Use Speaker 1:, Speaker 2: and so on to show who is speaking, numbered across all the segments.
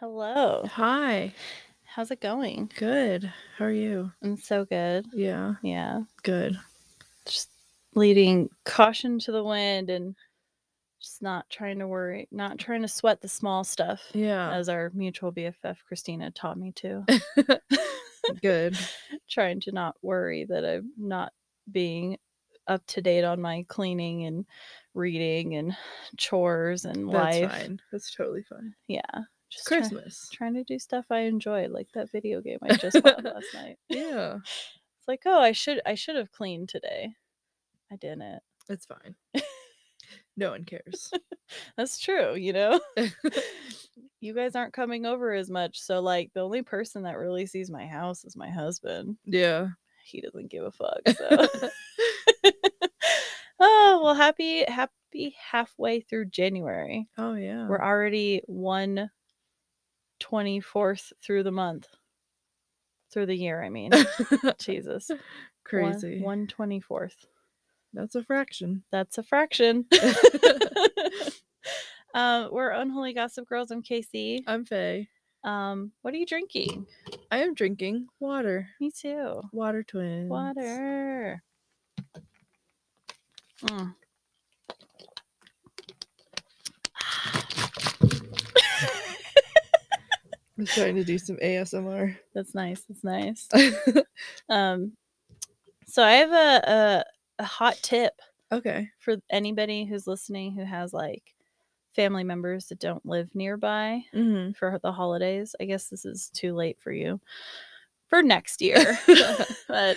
Speaker 1: Hello.
Speaker 2: Hi.
Speaker 1: How's it going?
Speaker 2: Good. How are you?
Speaker 1: I'm so good.
Speaker 2: Yeah.
Speaker 1: Yeah.
Speaker 2: Good.
Speaker 1: Just leading caution to the wind and just not trying to worry, not trying to sweat the small stuff,
Speaker 2: Yeah.
Speaker 1: as our mutual BFF Christina taught me to. Uh,
Speaker 2: Good.
Speaker 1: trying to not worry that I'm not being up to date on my cleaning and reading and chores and
Speaker 2: That's
Speaker 1: life.
Speaker 2: fine. That's totally fine.
Speaker 1: Yeah. Just try-
Speaker 2: Christmas.
Speaker 1: trying to do stuff I enjoy, like that video game I just bought last night.
Speaker 2: Yeah.
Speaker 1: It's like, oh, I should I should have cleaned today. I didn't.
Speaker 2: It's fine. No one cares.
Speaker 1: That's true, you know. you guys aren't coming over as much, so like the only person that really sees my house is my husband.
Speaker 2: Yeah.
Speaker 1: He doesn't give a fuck. So Oh, well happy happy halfway through January.
Speaker 2: oh yeah.
Speaker 1: We're already one twenty fourth through the month. Through the year, I mean. Jesus.
Speaker 2: Crazy.
Speaker 1: One twenty fourth.
Speaker 2: That's a fraction.
Speaker 1: That's a fraction. um, we're Unholy Gossip Girls. I'm Casey.
Speaker 2: I'm Faye.
Speaker 1: Um, what are you drinking?
Speaker 2: I am drinking water.
Speaker 1: Me too.
Speaker 2: Water twins.
Speaker 1: Water. Mm.
Speaker 2: I was trying to do some ASMR.
Speaker 1: That's nice. That's nice. Um, so I have a, a, a hot tip
Speaker 2: okay.
Speaker 1: for anybody who's listening who has like family members that don't live nearby
Speaker 2: Mm-hmm.
Speaker 1: for the holidays. I guess this is too late for you for next year. but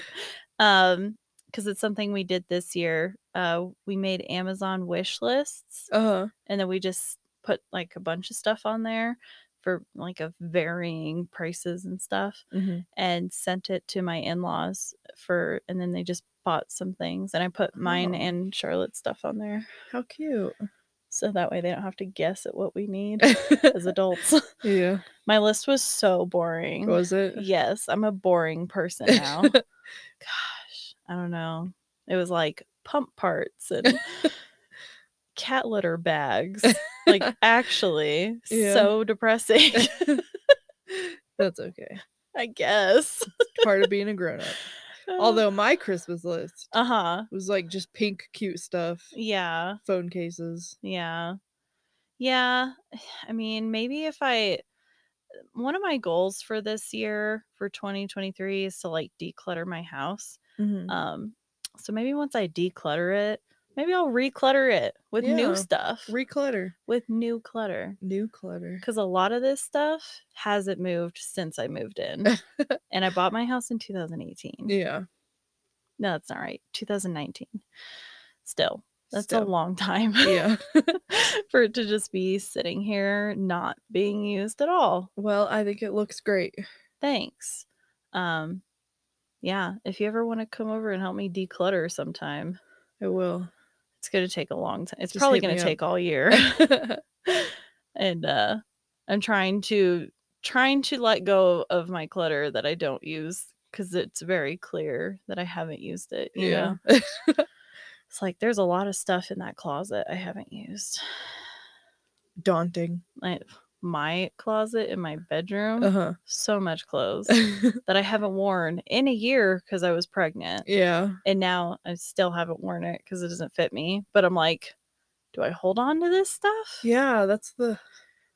Speaker 1: um because it's something we did this year uh we made amazon wish lists
Speaker 2: Uh huh.
Speaker 1: and then we just put like a bunch of stuff on there for like of varying prices and stuff
Speaker 2: Mm-hmm.
Speaker 1: and sent it to my in-laws for and then they just bought some things and i put mine
Speaker 2: Oh.
Speaker 1: and charlotte's stuff on there
Speaker 2: How cute.
Speaker 1: so that way they don't have to guess at what we need as adults
Speaker 2: yeah.
Speaker 1: my list was so boring
Speaker 2: Was it?
Speaker 1: Yes, I'm a boring person now. Gosh, I don't know. It was like pump parts and cat litter bags. Like actually
Speaker 2: Yeah.
Speaker 1: so depressing,
Speaker 2: That's okay.
Speaker 1: I guess.
Speaker 2: Part of being a grown up. Although my Christmas list
Speaker 1: uh-huh.
Speaker 2: was like just pink cute stuff,
Speaker 1: Yeah.
Speaker 2: phone cases.
Speaker 1: Yeah. Yeah. I mean, maybe if I one of my goals for this year for 2023 is to like declutter my house.
Speaker 2: Mm-hmm.
Speaker 1: Um, so maybe once I declutter it, maybe I'll reclutter it with
Speaker 2: Yeah.
Speaker 1: new stuff,
Speaker 2: Reclutter.
Speaker 1: with new clutter.
Speaker 2: New clutter.
Speaker 1: Because a lot of this stuff hasn't moved since I moved in. and I bought my house in 2018.
Speaker 2: Yeah.
Speaker 1: No, that's not right. 2019. Still, that's a
Speaker 2: Still.
Speaker 1: long time
Speaker 2: yeah.
Speaker 1: for it to just be sitting here, not being used at all.
Speaker 2: Well, I think it looks great.
Speaker 1: Thanks. Um, yeah, if you ever want to come over and help me declutter sometime,
Speaker 2: It will.
Speaker 1: it's going to take a long time. It's
Speaker 2: Just
Speaker 1: probably
Speaker 2: hit
Speaker 1: going
Speaker 2: me
Speaker 1: to
Speaker 2: up.
Speaker 1: take all year. and uh I'm trying to trying to let go of my clutter that I don't use cuz it's very clear that I haven't used it, you
Speaker 2: yeah.
Speaker 1: know. It's like there's a lot of stuff in that closet I haven't used.
Speaker 2: Daunting.
Speaker 1: Like my closet in my bedroom,
Speaker 2: Uh
Speaker 1: so much clothes
Speaker 2: huh.
Speaker 1: that I haven't worn in a year cuz I was pregnant.
Speaker 2: yeah.
Speaker 1: And now I still haven't worn it cuz it doesn't fit me, but I'm like do I hold on to this stuff?
Speaker 2: Yeah. That's the.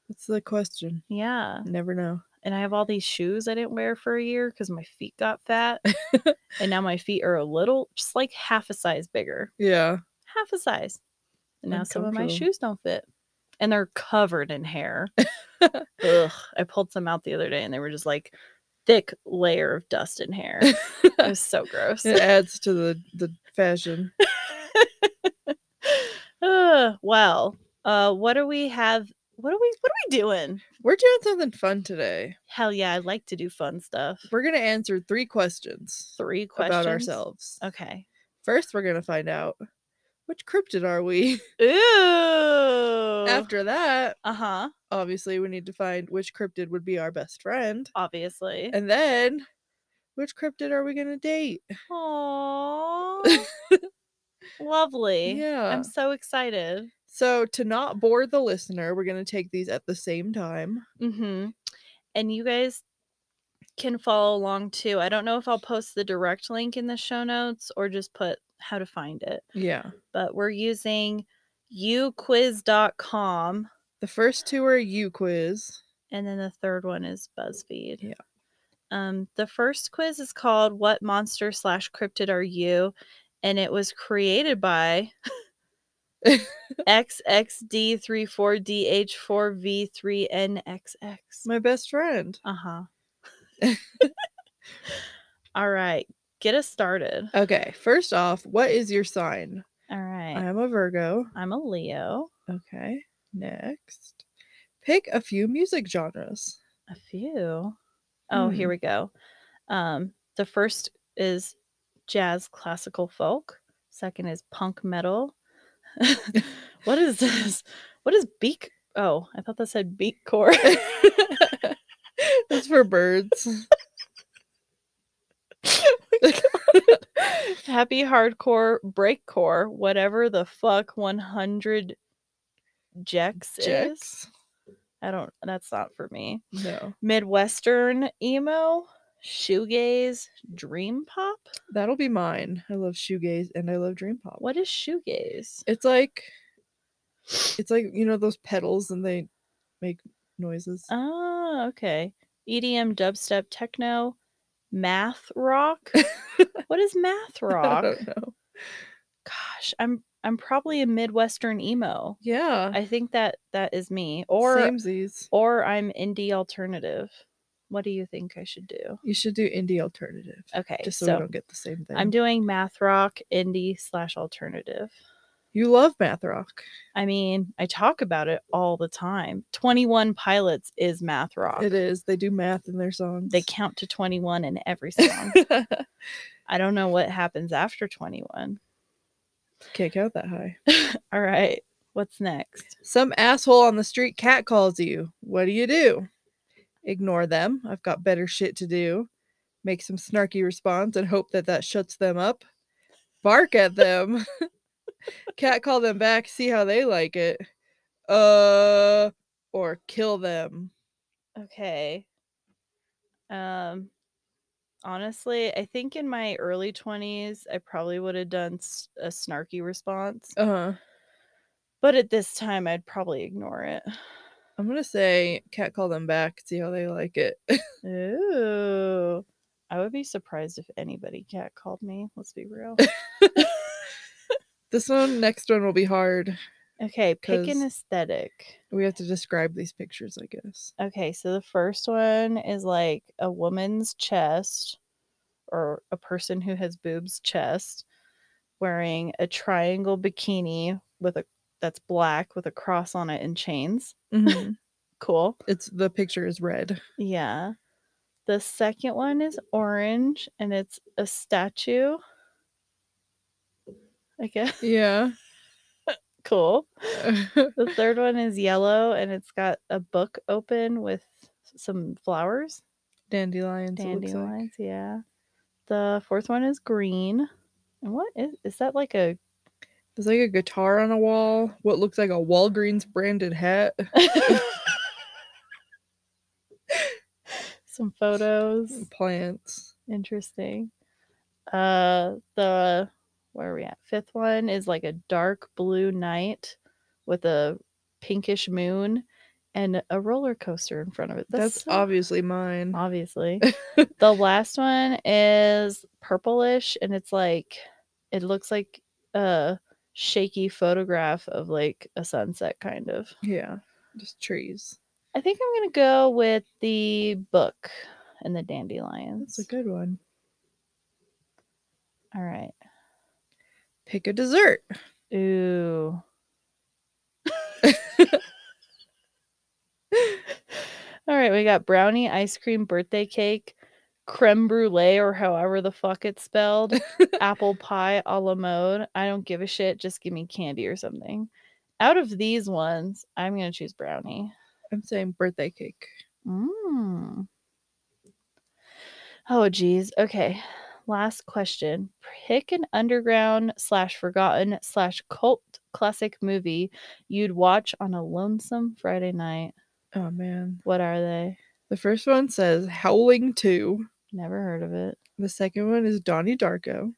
Speaker 2: That's the question.
Speaker 1: Yeah.
Speaker 2: Never know.
Speaker 1: And I have all these shoes I didn't wear for a year because my feet got fat. and now my feet are a little, just like half a size bigger,
Speaker 2: Yeah.
Speaker 1: half a size. And now some of my
Speaker 2: Uncomfortable.
Speaker 1: shoes don't fit. And they're covered in hair. Ugh. I pulled some out the other day and they were just like thick layer of dust and hair. it was so gross.
Speaker 2: It adds to the the fashion.
Speaker 1: Ugh, well, uh, what do we have? What are we what are we doing?
Speaker 2: We're doing something fun today.
Speaker 1: Hell yeah, I like to do fun stuff.
Speaker 2: We're gonna answer three questions
Speaker 1: Three questions
Speaker 2: about ourselves.
Speaker 1: Okay.
Speaker 2: First, we're gonna find out which cryptid are we.
Speaker 1: Ooh.
Speaker 2: After that,
Speaker 1: Uh huh.
Speaker 2: obviously, we need to find which cryptid would be our best friend,
Speaker 1: Obviously.
Speaker 2: and then which cryptid are we gonna date?
Speaker 1: Aww. Lovely.
Speaker 2: Yeah.
Speaker 1: I'm so excited.
Speaker 2: So to not bore the listener, we're gonna take these at the same time,
Speaker 1: Mm hmm. and you guys can follow along too. I don't know if I'll post the direct link in the show notes or just put how to find it,
Speaker 2: Yeah.
Speaker 1: but we're using uquiz.com
Speaker 2: The first two are you quiz.
Speaker 1: and then the third one is BuzzFeed.
Speaker 2: Yeah.
Speaker 1: Um, the first quiz is called "What Monster Slash Cryptid Are You?" and it was created by XXD34DH4V3NXX.
Speaker 2: My best friend.
Speaker 1: Uh huh. Uh-huh. All right, get us started.
Speaker 2: Okay. Eh. First off, what is your sign?
Speaker 1: All right,
Speaker 2: I'm a Virgo.
Speaker 1: I'm a Leo.
Speaker 2: Okay. Next. Pick a few music genres.
Speaker 1: A few. Oh, here
Speaker 2: Hmm.
Speaker 1: we go. Um, the first is jazz classical folk. Second is punk metal. what is this? What is beak? Oh, I thought that said beak core.
Speaker 2: That's for birds.
Speaker 1: Happy hardcore breakcore, whatever the fuck 100 Jex is.
Speaker 2: Chicks.
Speaker 1: I don't that's not for me.
Speaker 2: No.
Speaker 1: Midwestern emo, shoegaze, dream pop.
Speaker 2: That'll be mine. I love shoegaze and I love dream pop.
Speaker 1: What is shoegaze?
Speaker 2: It's like it's like you know those pedals and they make noises.
Speaker 1: Ah, okay. EDM, dubstep, techno, math rock. what is math
Speaker 2: I
Speaker 1: rock?
Speaker 2: don't know.
Speaker 1: Gosh, I'm I'm probably a Midwestern emo.
Speaker 2: Yeah.
Speaker 1: I think that that is me, or
Speaker 2: Samesies.
Speaker 1: or I'm indie alternative. What do you think I should do?
Speaker 2: You should do indie alternative.
Speaker 1: Okay,
Speaker 2: Just so, we
Speaker 1: so
Speaker 2: don't get the same thing.
Speaker 1: I'm doing math rock, indie slash alternative.
Speaker 2: you love math rock.
Speaker 1: I mean, I talk about it all the time. Twenty One Pilots is math rock.
Speaker 2: It is. They do math in their songs.
Speaker 1: They count to twenty one in every song. I don't know what happens after 21.
Speaker 2: Can't count that high.
Speaker 1: All right, what's next?
Speaker 2: Some asshole on the street cat calls you. What do you do? Ignore them. I've got better shit to do. Make some snarky response and hope that that shuts them up. Bark at them. cat call them back. See how they like it. Uh, or kill them.
Speaker 1: Okay. Um honestly, I think in my early 20s I probably would have done s- a snarky response,
Speaker 2: Uh huh.
Speaker 1: but at this time I'd probably ignore it.
Speaker 2: I'm gonna say cat call them back. See how they like it.
Speaker 1: Ooh. I would be surprised if anybody cat called me. Let's be real.
Speaker 2: this one, next one will be hard.
Speaker 1: Okay, pick an
Speaker 2: 'Cause-
Speaker 1: aesthetic.
Speaker 2: We have to describe these pictures, I guess.
Speaker 1: Okay, so the first one is like a woman's chest or a person who has boobs chest wearing a triangle bikini with a that's black with a cross on it and chains.
Speaker 2: Mhm.
Speaker 1: Cool.
Speaker 2: it's the picture is red.
Speaker 1: Yeah. The second one is orange and it's a statue. I guess.
Speaker 2: Yeah.
Speaker 1: Cool. The third one is yellow and it's got a book open with some flowers.
Speaker 2: Dandelions. it looks like.
Speaker 1: Dandelions, yeah. The fourth one is green. And what is is that like a
Speaker 2: There's like a guitar on a wall. What looks like a Walgreens branded hat.
Speaker 1: some photos?
Speaker 2: Plants.
Speaker 1: Interesting. Uh the where are we at? Fifth one is like a dark blue night with a pinkish moon and a roller coaster in front of it.
Speaker 2: That's,
Speaker 1: so-
Speaker 2: obviously mine.
Speaker 1: obviously. the last one is purplish and it's like it looks like a shaky photograph of like a sunset kind of.
Speaker 2: yeah. Just trees.
Speaker 1: I think I'm going to go with the book and the dandelions.
Speaker 2: That's a good one.
Speaker 1: All right.
Speaker 2: Pick a dessert.
Speaker 1: Ooh. All right, we got brownie, ice cream, birthday cake, creme brulee, or however the fuck it's spelled, apple pie a la mode. I don't give a shit. Just give me candy or something. Out of these ones, I'm going to choose brownie.
Speaker 2: I'm saying birthday cake.
Speaker 1: Mm. Oh, geez. Okay. Last question. Pick an underground slash forgotten slash cult classic movie you'd watch on a lonesome Friday night.
Speaker 2: Oh man.
Speaker 1: What are they?
Speaker 2: The first one says Howling 2.
Speaker 1: Never heard of it.
Speaker 2: The second one is Donnie Darko.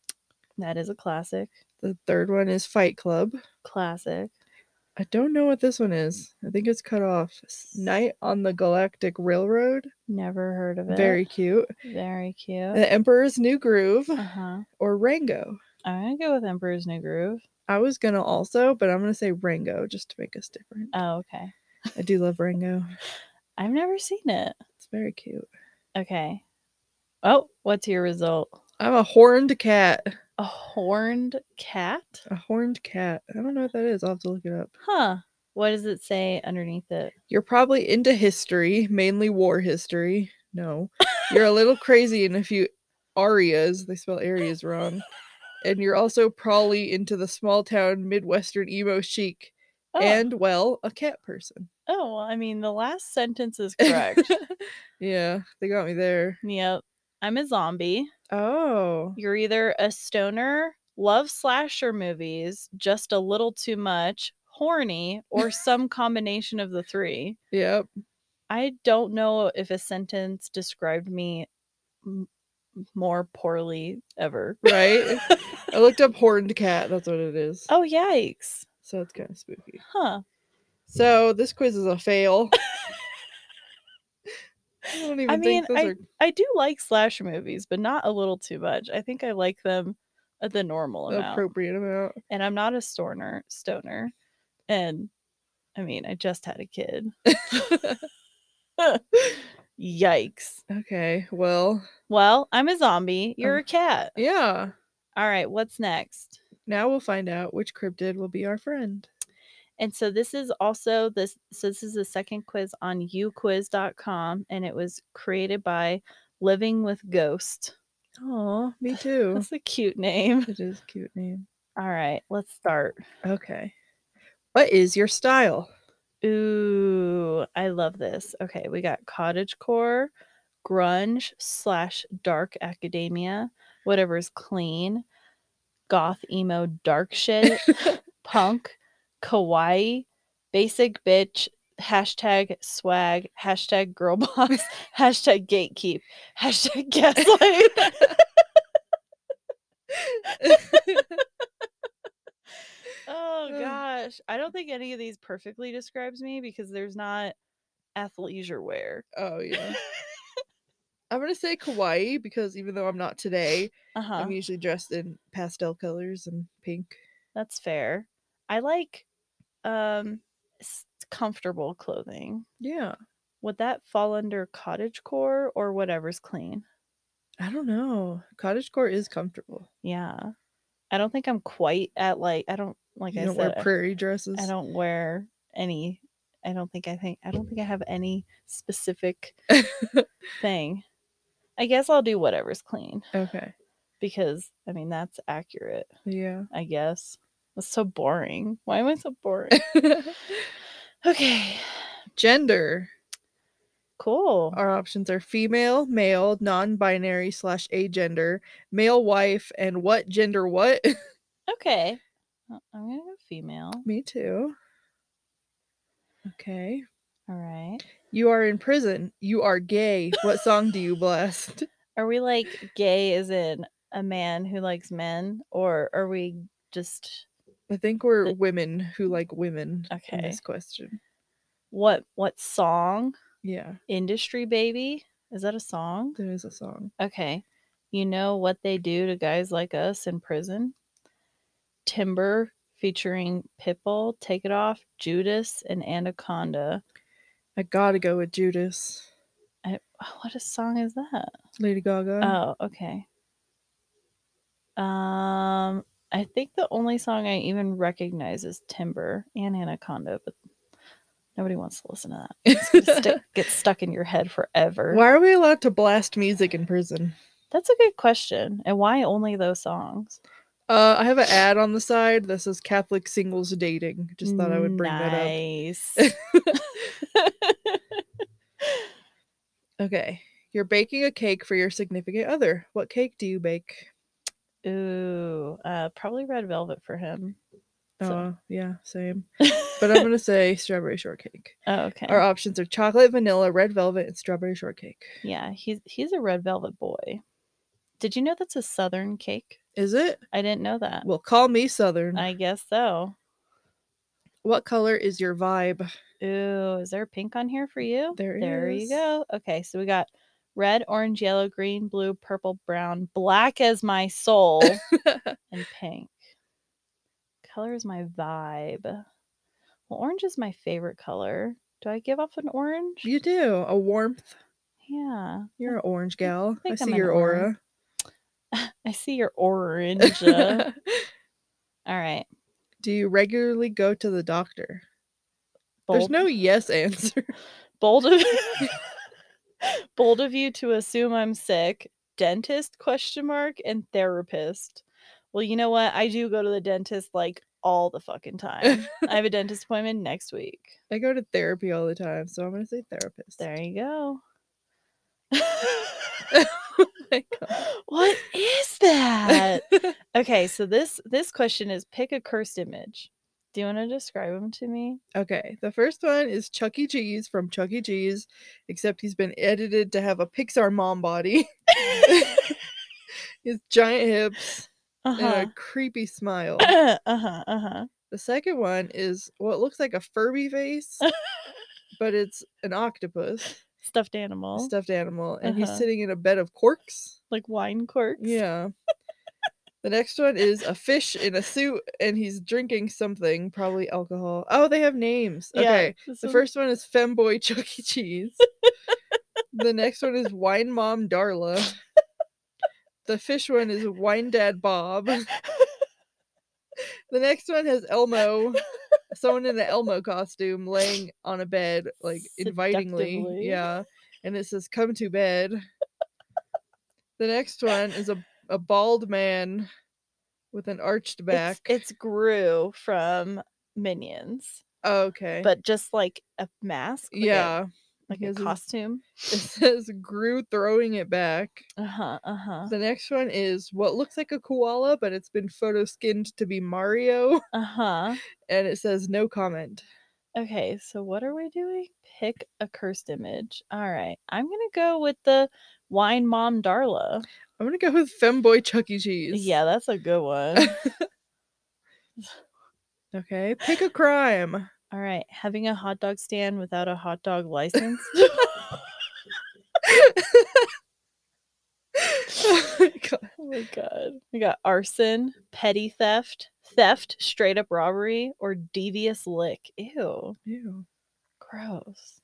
Speaker 1: That is a classic.
Speaker 2: The third one is Fight Club.
Speaker 1: Classic.
Speaker 2: I don't know what this one is. I think it's cut off. S- Night on the Galactic Railroad.
Speaker 1: Never heard of it.
Speaker 2: Very cute.
Speaker 1: very cute.
Speaker 2: The Emperor's New Groove
Speaker 1: Uh huh.
Speaker 2: or Rango.
Speaker 1: I'm gonna go with Emperor's New Groove.
Speaker 2: I was gonna also, but I'm gonna say Rango just to make us different.
Speaker 1: Oh, okay.
Speaker 2: I do love Rango.
Speaker 1: I've never seen it.
Speaker 2: It's very cute.
Speaker 1: Okay. Oh, what's your result?
Speaker 2: I'm a horned cat.
Speaker 1: A horned cat?
Speaker 2: A horned cat. I don't know what that is. I'll have to look it up.
Speaker 1: Huh. What does it say underneath it?
Speaker 2: You're probably into history, mainly war history. No. You're a little crazy in a few arias. They spell areas wrong. And you're also probably into the small town Midwestern emo chic.
Speaker 1: Oh,
Speaker 2: And, well, a cat person.
Speaker 1: oh, well, I mean, the last sentence is correct.
Speaker 2: yeah, they got me there.
Speaker 1: yep. I'm a zombie.
Speaker 2: Oh.
Speaker 1: You're either a stoner, love slasher movies, just a little too much, horny, or some combination of the three.
Speaker 2: Yep.
Speaker 1: I don't know if a sentence described me m- more poorly ever.
Speaker 2: Right? I looked up horned cat. That's what it is.
Speaker 1: Oh, yikes.
Speaker 2: So it's kind of spooky.
Speaker 1: Huh.
Speaker 2: So this quiz is a fail. I don't even
Speaker 1: mean,
Speaker 2: think those are.
Speaker 1: I do like slasher movies, but not a little too much. I think I like them at the normal
Speaker 2: Oh,
Speaker 1: amount.
Speaker 2: appropriate amount.
Speaker 1: and I'm not a stoner, stoner. And I mean, I just had a kid. Yikes.
Speaker 2: Okay, well,
Speaker 1: Well, I'm a zombie. You're
Speaker 2: Um,
Speaker 1: a cat.
Speaker 2: yeah.
Speaker 1: All right, what's next?
Speaker 2: Now we'll find out which cryptid will be our friend.
Speaker 1: And so this is also this so this is the second quiz on youquiz.com and it was created by Living with Ghost.
Speaker 2: Oh, me too.
Speaker 1: That's a cute name.
Speaker 2: it is a cute name.
Speaker 1: All right, let's start.
Speaker 2: Okay. What is your style?
Speaker 1: Ooh, I love this. Okay, we got cottage core, grunge slash dark academia, whatever's clean, goth emo dark shit, punk, kawaii, basic bitch, hashtag swag, hashtag girl boss, hashtag gatekeep, hashtag gaslight. oh
Speaker 2: Ugh.
Speaker 1: gosh, I don't think any of these perfectly describes me because there's not athleisure wear.
Speaker 2: oh yeah. I'm gonna say kawaii because even though I'm not today,
Speaker 1: Uh huh.
Speaker 2: I'm usually dressed in pastel colors and pink.
Speaker 1: That's fair. I like um s- comfortable clothing.
Speaker 2: Yeah.
Speaker 1: Would that fall under cottage core or whatever's clean?
Speaker 2: I don't know. Cottagecore is comfortable.
Speaker 1: Yeah. I don't think I'm quite at like I don't like
Speaker 2: you
Speaker 1: I
Speaker 2: don't
Speaker 1: said
Speaker 2: wear
Speaker 1: I-
Speaker 2: prairie dresses.
Speaker 1: I don't wear any I don't think I think I don't think I have any specific thing. I guess I'll do whatever's clean
Speaker 2: Okay.
Speaker 1: because I mean that's accurate,
Speaker 2: Yeah.
Speaker 1: I guess. That's so boring. Why am I so boring? okay.
Speaker 2: Gender.
Speaker 1: Cool.
Speaker 2: Our options are female, male, non-binary slash agender, male wife, and what gender what?
Speaker 1: Okay. Well, I'm gonna go female.
Speaker 2: Me too. Okay.
Speaker 1: All right.
Speaker 2: You are in prison. You are gay. What song do you blast?
Speaker 1: Are we like gay as in a man who likes men, or are we just
Speaker 2: I think we're
Speaker 1: The-
Speaker 2: women who like women. In
Speaker 1: Okay.
Speaker 2: this question.
Speaker 1: what what song?
Speaker 2: Yeah.
Speaker 1: Industry baby? Is that a song?
Speaker 2: There is a song.
Speaker 1: Okay. You know what they do to guys like us in prison? Timber featuring Pitbull, Take It Off, Judas, and Anaconda.
Speaker 2: I gotta go with Judas.
Speaker 1: I, Oh, what a song is that?
Speaker 2: Lady Gaga.
Speaker 1: Oh, okay. Um, I think the only song I even recognize is Timber and Anaconda, but nobody wants to listen to that. It's gonna stick, get stuck in your head forever.
Speaker 2: Why are we allowed to blast music in prison?
Speaker 1: That's a good question. And why only those songs?
Speaker 2: Uh, I have an ad on the side that says Catholic singles dating. Just thought I would bring that
Speaker 1: nice.
Speaker 2: up. Okay. You're baking a cake for your significant other. What cake do you bake?
Speaker 1: Ooh, uh, probably Red Velvet for him.
Speaker 2: Oh,
Speaker 1: So-
Speaker 2: uh, yeah, same. But I'm gonna say strawberry shortcake.
Speaker 1: oh, okay.
Speaker 2: Our options are chocolate, vanilla, red velvet, and strawberry shortcake.
Speaker 1: Yeah, he's he's a red velvet boy. Did you know that's a southern cake?
Speaker 2: Is it?
Speaker 1: I didn't know that.
Speaker 2: Well, call me Southern.
Speaker 1: I guess so.
Speaker 2: What color is your vibe?
Speaker 1: Ooh, is there pink on here for you?
Speaker 2: There
Speaker 1: you
Speaker 2: is.
Speaker 1: go. Okay, so we got red, orange, yellow, green, blue, purple, brown, black as my soul, and pink. Color is my vibe. Well, orange is my favorite color. Do I give off an orange?
Speaker 2: You do a warmth.
Speaker 1: Yeah.
Speaker 2: You're an orange gal. I,
Speaker 1: think
Speaker 2: see
Speaker 1: I'm an
Speaker 2: your aura.
Speaker 1: orange. I see your orange. uh. All right.
Speaker 2: do you regularly go to the doctor? There's
Speaker 1: bold-
Speaker 2: no yes answer.
Speaker 1: bold of bold of you to assume I'm sick. Dentist question mark and therapist. Well, you know what? I do go to the dentist like all the fucking time. I have a dentist appointment next week.
Speaker 2: I go to therapy all the time, so I'm gonna say therapist.
Speaker 1: There you go.
Speaker 2: Like,
Speaker 1: what is that? Okay, so this this question is pick a cursed image. Do you want to describe them to me?
Speaker 2: okay, the first one is Chuck E. Cheese from Chuck E. Cheese, except he's been edited to have a Pixar mom body. His giant hips
Speaker 1: Uh-huh.
Speaker 2: and a creepy smile.
Speaker 1: Uh-huh. Uh-huh.
Speaker 2: The second one is what looks like a Furby face, but it's an octopus,
Speaker 1: Stuffed
Speaker 2: a
Speaker 1: animal.
Speaker 2: stuffed animal, and he's
Speaker 1: Uh-huh.
Speaker 2: sitting in a bed of corks.
Speaker 1: like wine corks.
Speaker 2: Yeah. the next one is a fish in a suit, and he's drinking something, probably alcohol. Oh, they have names.
Speaker 1: Yeah,
Speaker 2: Okay.
Speaker 1: this
Speaker 2: The
Speaker 1: one-
Speaker 2: first one is Femboy Chuck E. Cheese. the next one is Wine Mom Darla. The fish one is Wine Dad Bob. The next one has Elmo, someone in an Elmo costume laying on a bed, like invitingly.
Speaker 1: Seductively.
Speaker 2: Yeah. And it says, Come to bed. The next one is a, a bald man with an arched back.
Speaker 1: It's, it's Gru from Minions,
Speaker 2: Oh, okay.
Speaker 1: but just like a mask. like a-
Speaker 2: yeah.
Speaker 1: like
Speaker 2: he
Speaker 1: a
Speaker 2: has his-
Speaker 1: costume.
Speaker 2: It says Gru throwing it back.
Speaker 1: Uh huh. Uh huh.
Speaker 2: The next one is what looks like a koala, but it's been photo skinned to be Mario,
Speaker 1: Uh huh.
Speaker 2: and it says no comment.
Speaker 1: Okay, so what are we doing? Pick a cursed image. All right, I'm gonna go with the wine mom Darla.
Speaker 2: I'm gonna go with Femboy Chuck E. Cheese.
Speaker 1: Yeah, that's a good one.
Speaker 2: Okay. Pick a crime.
Speaker 1: All right, having a hot dog stand without a hot dog license.
Speaker 2: Oh my God.
Speaker 1: Oh my god. We got arson, petty theft, theft, straight up robbery, or devious lick. Ew.
Speaker 2: Ew.
Speaker 1: Gross.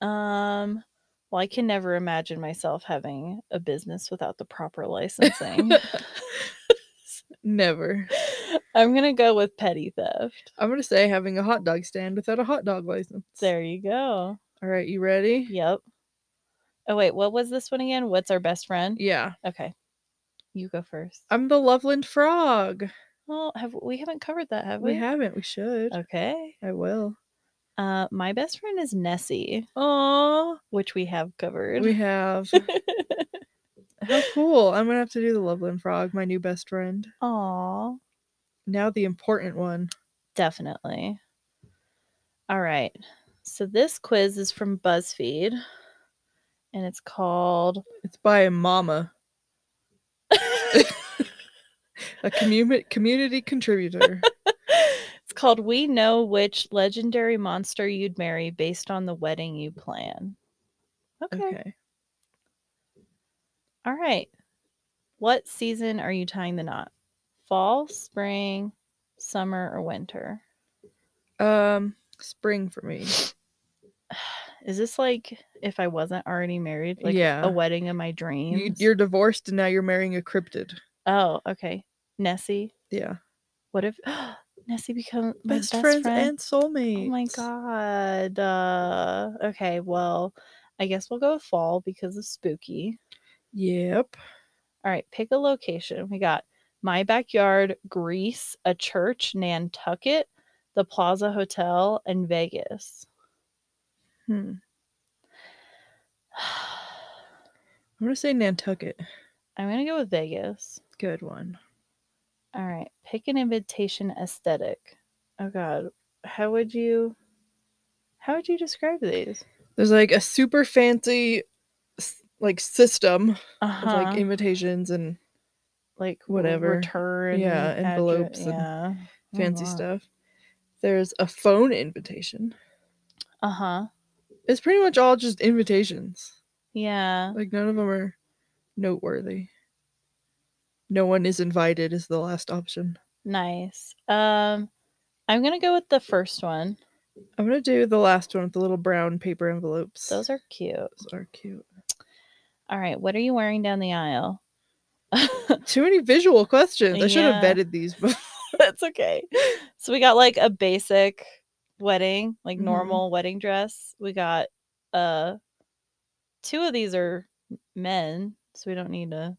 Speaker 1: Um well, I can never imagine myself having a business without the proper licensing.
Speaker 2: Never.
Speaker 1: I'm gonna go with petty theft.
Speaker 2: I'm gonna say having a hot dog stand without a hot dog license.
Speaker 1: There you go.
Speaker 2: All right, you ready?
Speaker 1: Yep. Oh wait, what was this one again? What's our best friend?
Speaker 2: Yeah.
Speaker 1: Okay. You go first.
Speaker 2: I'm the Loveland Frog.
Speaker 1: Well, have we haven't covered that, have we?
Speaker 2: We haven't. We should.
Speaker 1: Okay.
Speaker 2: I will.
Speaker 1: Uh my best friend is Nessie.
Speaker 2: Aww.
Speaker 1: which we have covered.
Speaker 2: We have. How cool. I'm going to have to do the Loveland Frog, my new best friend.
Speaker 1: Aw,
Speaker 2: Now the important one.
Speaker 1: definitely. All right. So this quiz is from BuzzFeed and it's called
Speaker 2: It's by Mama, a commu- community contributor.
Speaker 1: It's called We Know Which Legendary Monster You'd Marry Based on the Wedding You Plan. Okay.
Speaker 2: Okay.
Speaker 1: All right. What season are you tying the knot? Fall, spring, summer, or winter?
Speaker 2: Um spring for me.
Speaker 1: Is this like if I wasn't already married? Like
Speaker 2: Yeah.
Speaker 1: a wedding of my
Speaker 2: You,
Speaker 1: dreams?
Speaker 2: you're divorced and now you're marrying a cryptid.
Speaker 1: Oh, okay. Nessie.
Speaker 2: Yeah.
Speaker 1: What if Nessie becomes my best,
Speaker 2: best, friends
Speaker 1: friend?
Speaker 2: and soulmates.
Speaker 1: oh my god. Uh, okay, well, I guess we'll go with fall because of spooky.
Speaker 2: Yep.
Speaker 1: All right, pick a location. We got my backyard, Greece, a church, Nantucket, the Plaza Hotel, and Vegas.
Speaker 2: Hmm. I'm going to say Nantucket.
Speaker 1: I'm gonna go with Vegas.
Speaker 2: Good one.
Speaker 1: All right. Pick an invitation aesthetic. Oh god. How would you how would you describe these?
Speaker 2: There's like a super fancy s- like system of
Speaker 1: Uh-huh.
Speaker 2: like
Speaker 1: Like,
Speaker 2: invitations and
Speaker 1: w-
Speaker 2: whatever.
Speaker 1: return
Speaker 2: Yeah,
Speaker 1: address-
Speaker 2: envelopes and
Speaker 1: yeah. Oh,
Speaker 2: fancy
Speaker 1: wow.
Speaker 2: stuff. There's a phone invitation.
Speaker 1: Uh-huh.
Speaker 2: It's pretty much all just invitations.
Speaker 1: Yeah.
Speaker 2: Like none of them are noteworthy. No one is invited is the last option.
Speaker 1: Nice. Um I'm going to go with the first one.
Speaker 2: I'm gonna do the last one with the little brown paper envelopes.
Speaker 1: Those are cute.
Speaker 2: Those are cute.
Speaker 1: All right, what are you wearing down the aisle?
Speaker 2: Too many visual questions. I should have
Speaker 1: Yeah.
Speaker 2: vetted these, but
Speaker 1: That's okay. So we got like a basic wedding, like
Speaker 2: Mhm.
Speaker 1: normal wedding dress. We got uh two of these are men, so we don't need to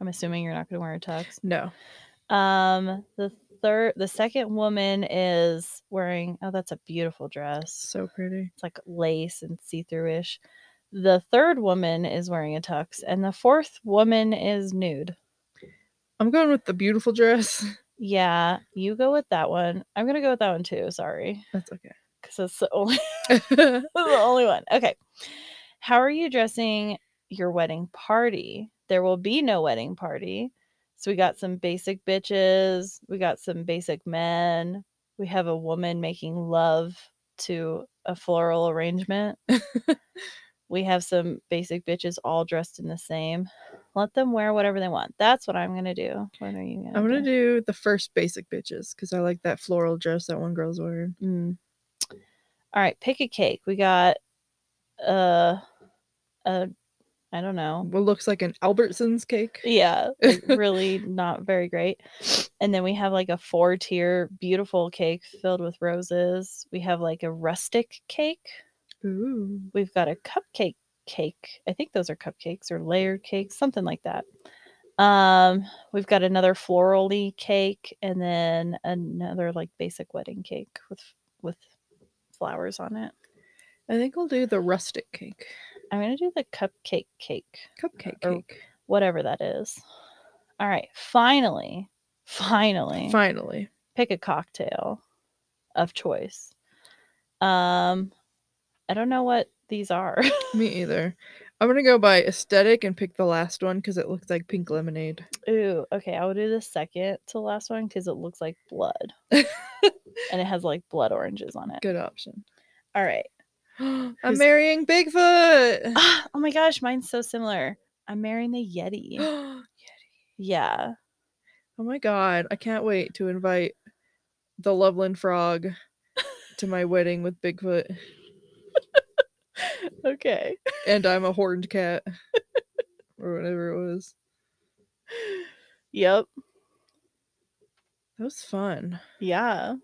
Speaker 1: I'm assuming you're not gonna wear a tux.
Speaker 2: no.
Speaker 1: Um the third the second woman is wearing oh that's a beautiful dress.
Speaker 2: So pretty.
Speaker 1: It's like lace and see-through-ish. The third woman is wearing a tux, and the fourth woman is nude.
Speaker 2: I'm going with the beautiful dress.
Speaker 1: Yeah, you go with that one. I'm gonna go with that one too. Sorry,
Speaker 2: That's
Speaker 1: because that's the only
Speaker 2: okay.
Speaker 1: the only one. Okay, how are you dressing your wedding party? There will be no wedding party, so we got some basic bitches. We got some basic men. We have a woman making love to a floral arrangement. we have some basic bitches all dressed in the same. Let them wear whatever they want. That's what I'm gonna do. What are you gonna?
Speaker 2: I'm gonna
Speaker 1: do?
Speaker 2: do the first basic bitches because I like that floral dress that one girl's wearing.
Speaker 1: Mm. All right, pick a cake. We got uh a I don't know.
Speaker 2: Um, What looks like an Albertsons cake.
Speaker 1: Yeah, like really not very great. And then we have like a four-tier beautiful cake filled with roses. We have like a rustic cake.
Speaker 2: Ooh.
Speaker 1: We've got a cupcake cake. I think those are cupcakes or layered cakes, something like that. Um, we've got another florally cake and then another like basic wedding cake with with flowers on it.
Speaker 2: I think I'll do the rustic cake.
Speaker 1: I'm gonna do the cupcake cake,
Speaker 2: Cupcake
Speaker 1: Or
Speaker 2: cake.
Speaker 1: whatever that is. All right, finally, finally,
Speaker 2: Finally.
Speaker 1: pick a cocktail of choice. Um, I don't know what these are.
Speaker 2: Me either. I'm gonna go by aesthetic and pick the last one because it looks like pink lemonade.
Speaker 1: Ooh, okay, I will do the second to last one because it looks like blood and it has like blood oranges on it.
Speaker 2: Good option.
Speaker 1: All right.
Speaker 2: I'm
Speaker 1: Who's-
Speaker 2: marrying Bigfoot.
Speaker 1: Ah, oh my gosh, mine's so similar. I'm marrying the Yeti.
Speaker 2: oh
Speaker 1: Yeah.
Speaker 2: my god. I can't wait to invite the Loveland frog to my wedding with Bigfoot.
Speaker 1: Okay.
Speaker 2: and I'm a horned cat. or whatever it was.
Speaker 1: Yep.
Speaker 2: That was fun.
Speaker 1: Yeah.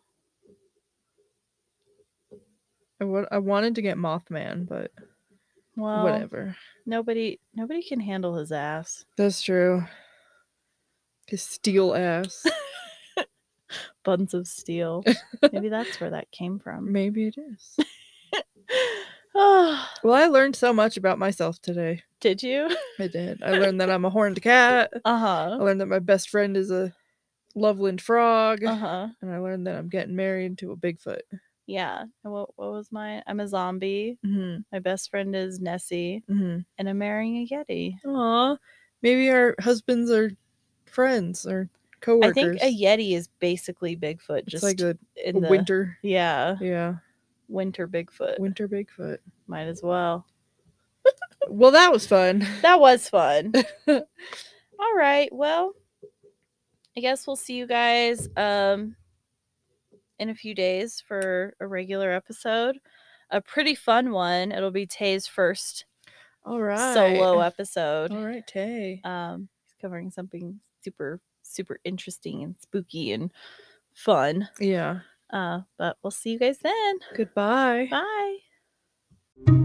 Speaker 2: I wa- I wanted to get Mothman, but
Speaker 1: Well,
Speaker 2: whatever.
Speaker 1: Nobody nobody can handle his ass.
Speaker 2: That's true. His steel ass.
Speaker 1: Buns of steel. Maybe that's where that came from.
Speaker 2: Maybe it is.
Speaker 1: Ah,
Speaker 2: Well, I learned so much about myself today.
Speaker 1: Did you?
Speaker 2: I did. I learned that I'm a horned cat. I
Speaker 1: Uh-huh.
Speaker 2: learned that my best friend is a Loveland frog.
Speaker 1: Uh-huh.
Speaker 2: And I learned that I'm getting married to a Bigfoot.
Speaker 1: Yeah. And what what was mine? I'm a zombie.
Speaker 2: Mm-hmm.
Speaker 1: My best friend is Nessie.
Speaker 2: Mm-hmm.
Speaker 1: And I'm marrying a Yeti.
Speaker 2: Aw. Maybe our husbands are friends or coworkers.
Speaker 1: I think a Yeti is basically Bigfoot
Speaker 2: It's
Speaker 1: just
Speaker 2: like a, a
Speaker 1: in the
Speaker 2: winter.
Speaker 1: Yeah.
Speaker 2: Yeah.
Speaker 1: Winter Bigfoot.
Speaker 2: Winter Bigfoot.
Speaker 1: Might as well.
Speaker 2: Well, that was fun.
Speaker 1: That was fun. All right. Well, I guess we'll see you guys um in a few days for a regular episode. A pretty fun one. It'll be Tay's first
Speaker 2: All right.
Speaker 1: solo episode.
Speaker 2: All right, Tay.
Speaker 1: Um he's covering something super super interesting and spooky and fun.
Speaker 2: Yeah.
Speaker 1: Uh but we'll see you guys then.
Speaker 2: Goodbye.
Speaker 1: Bye.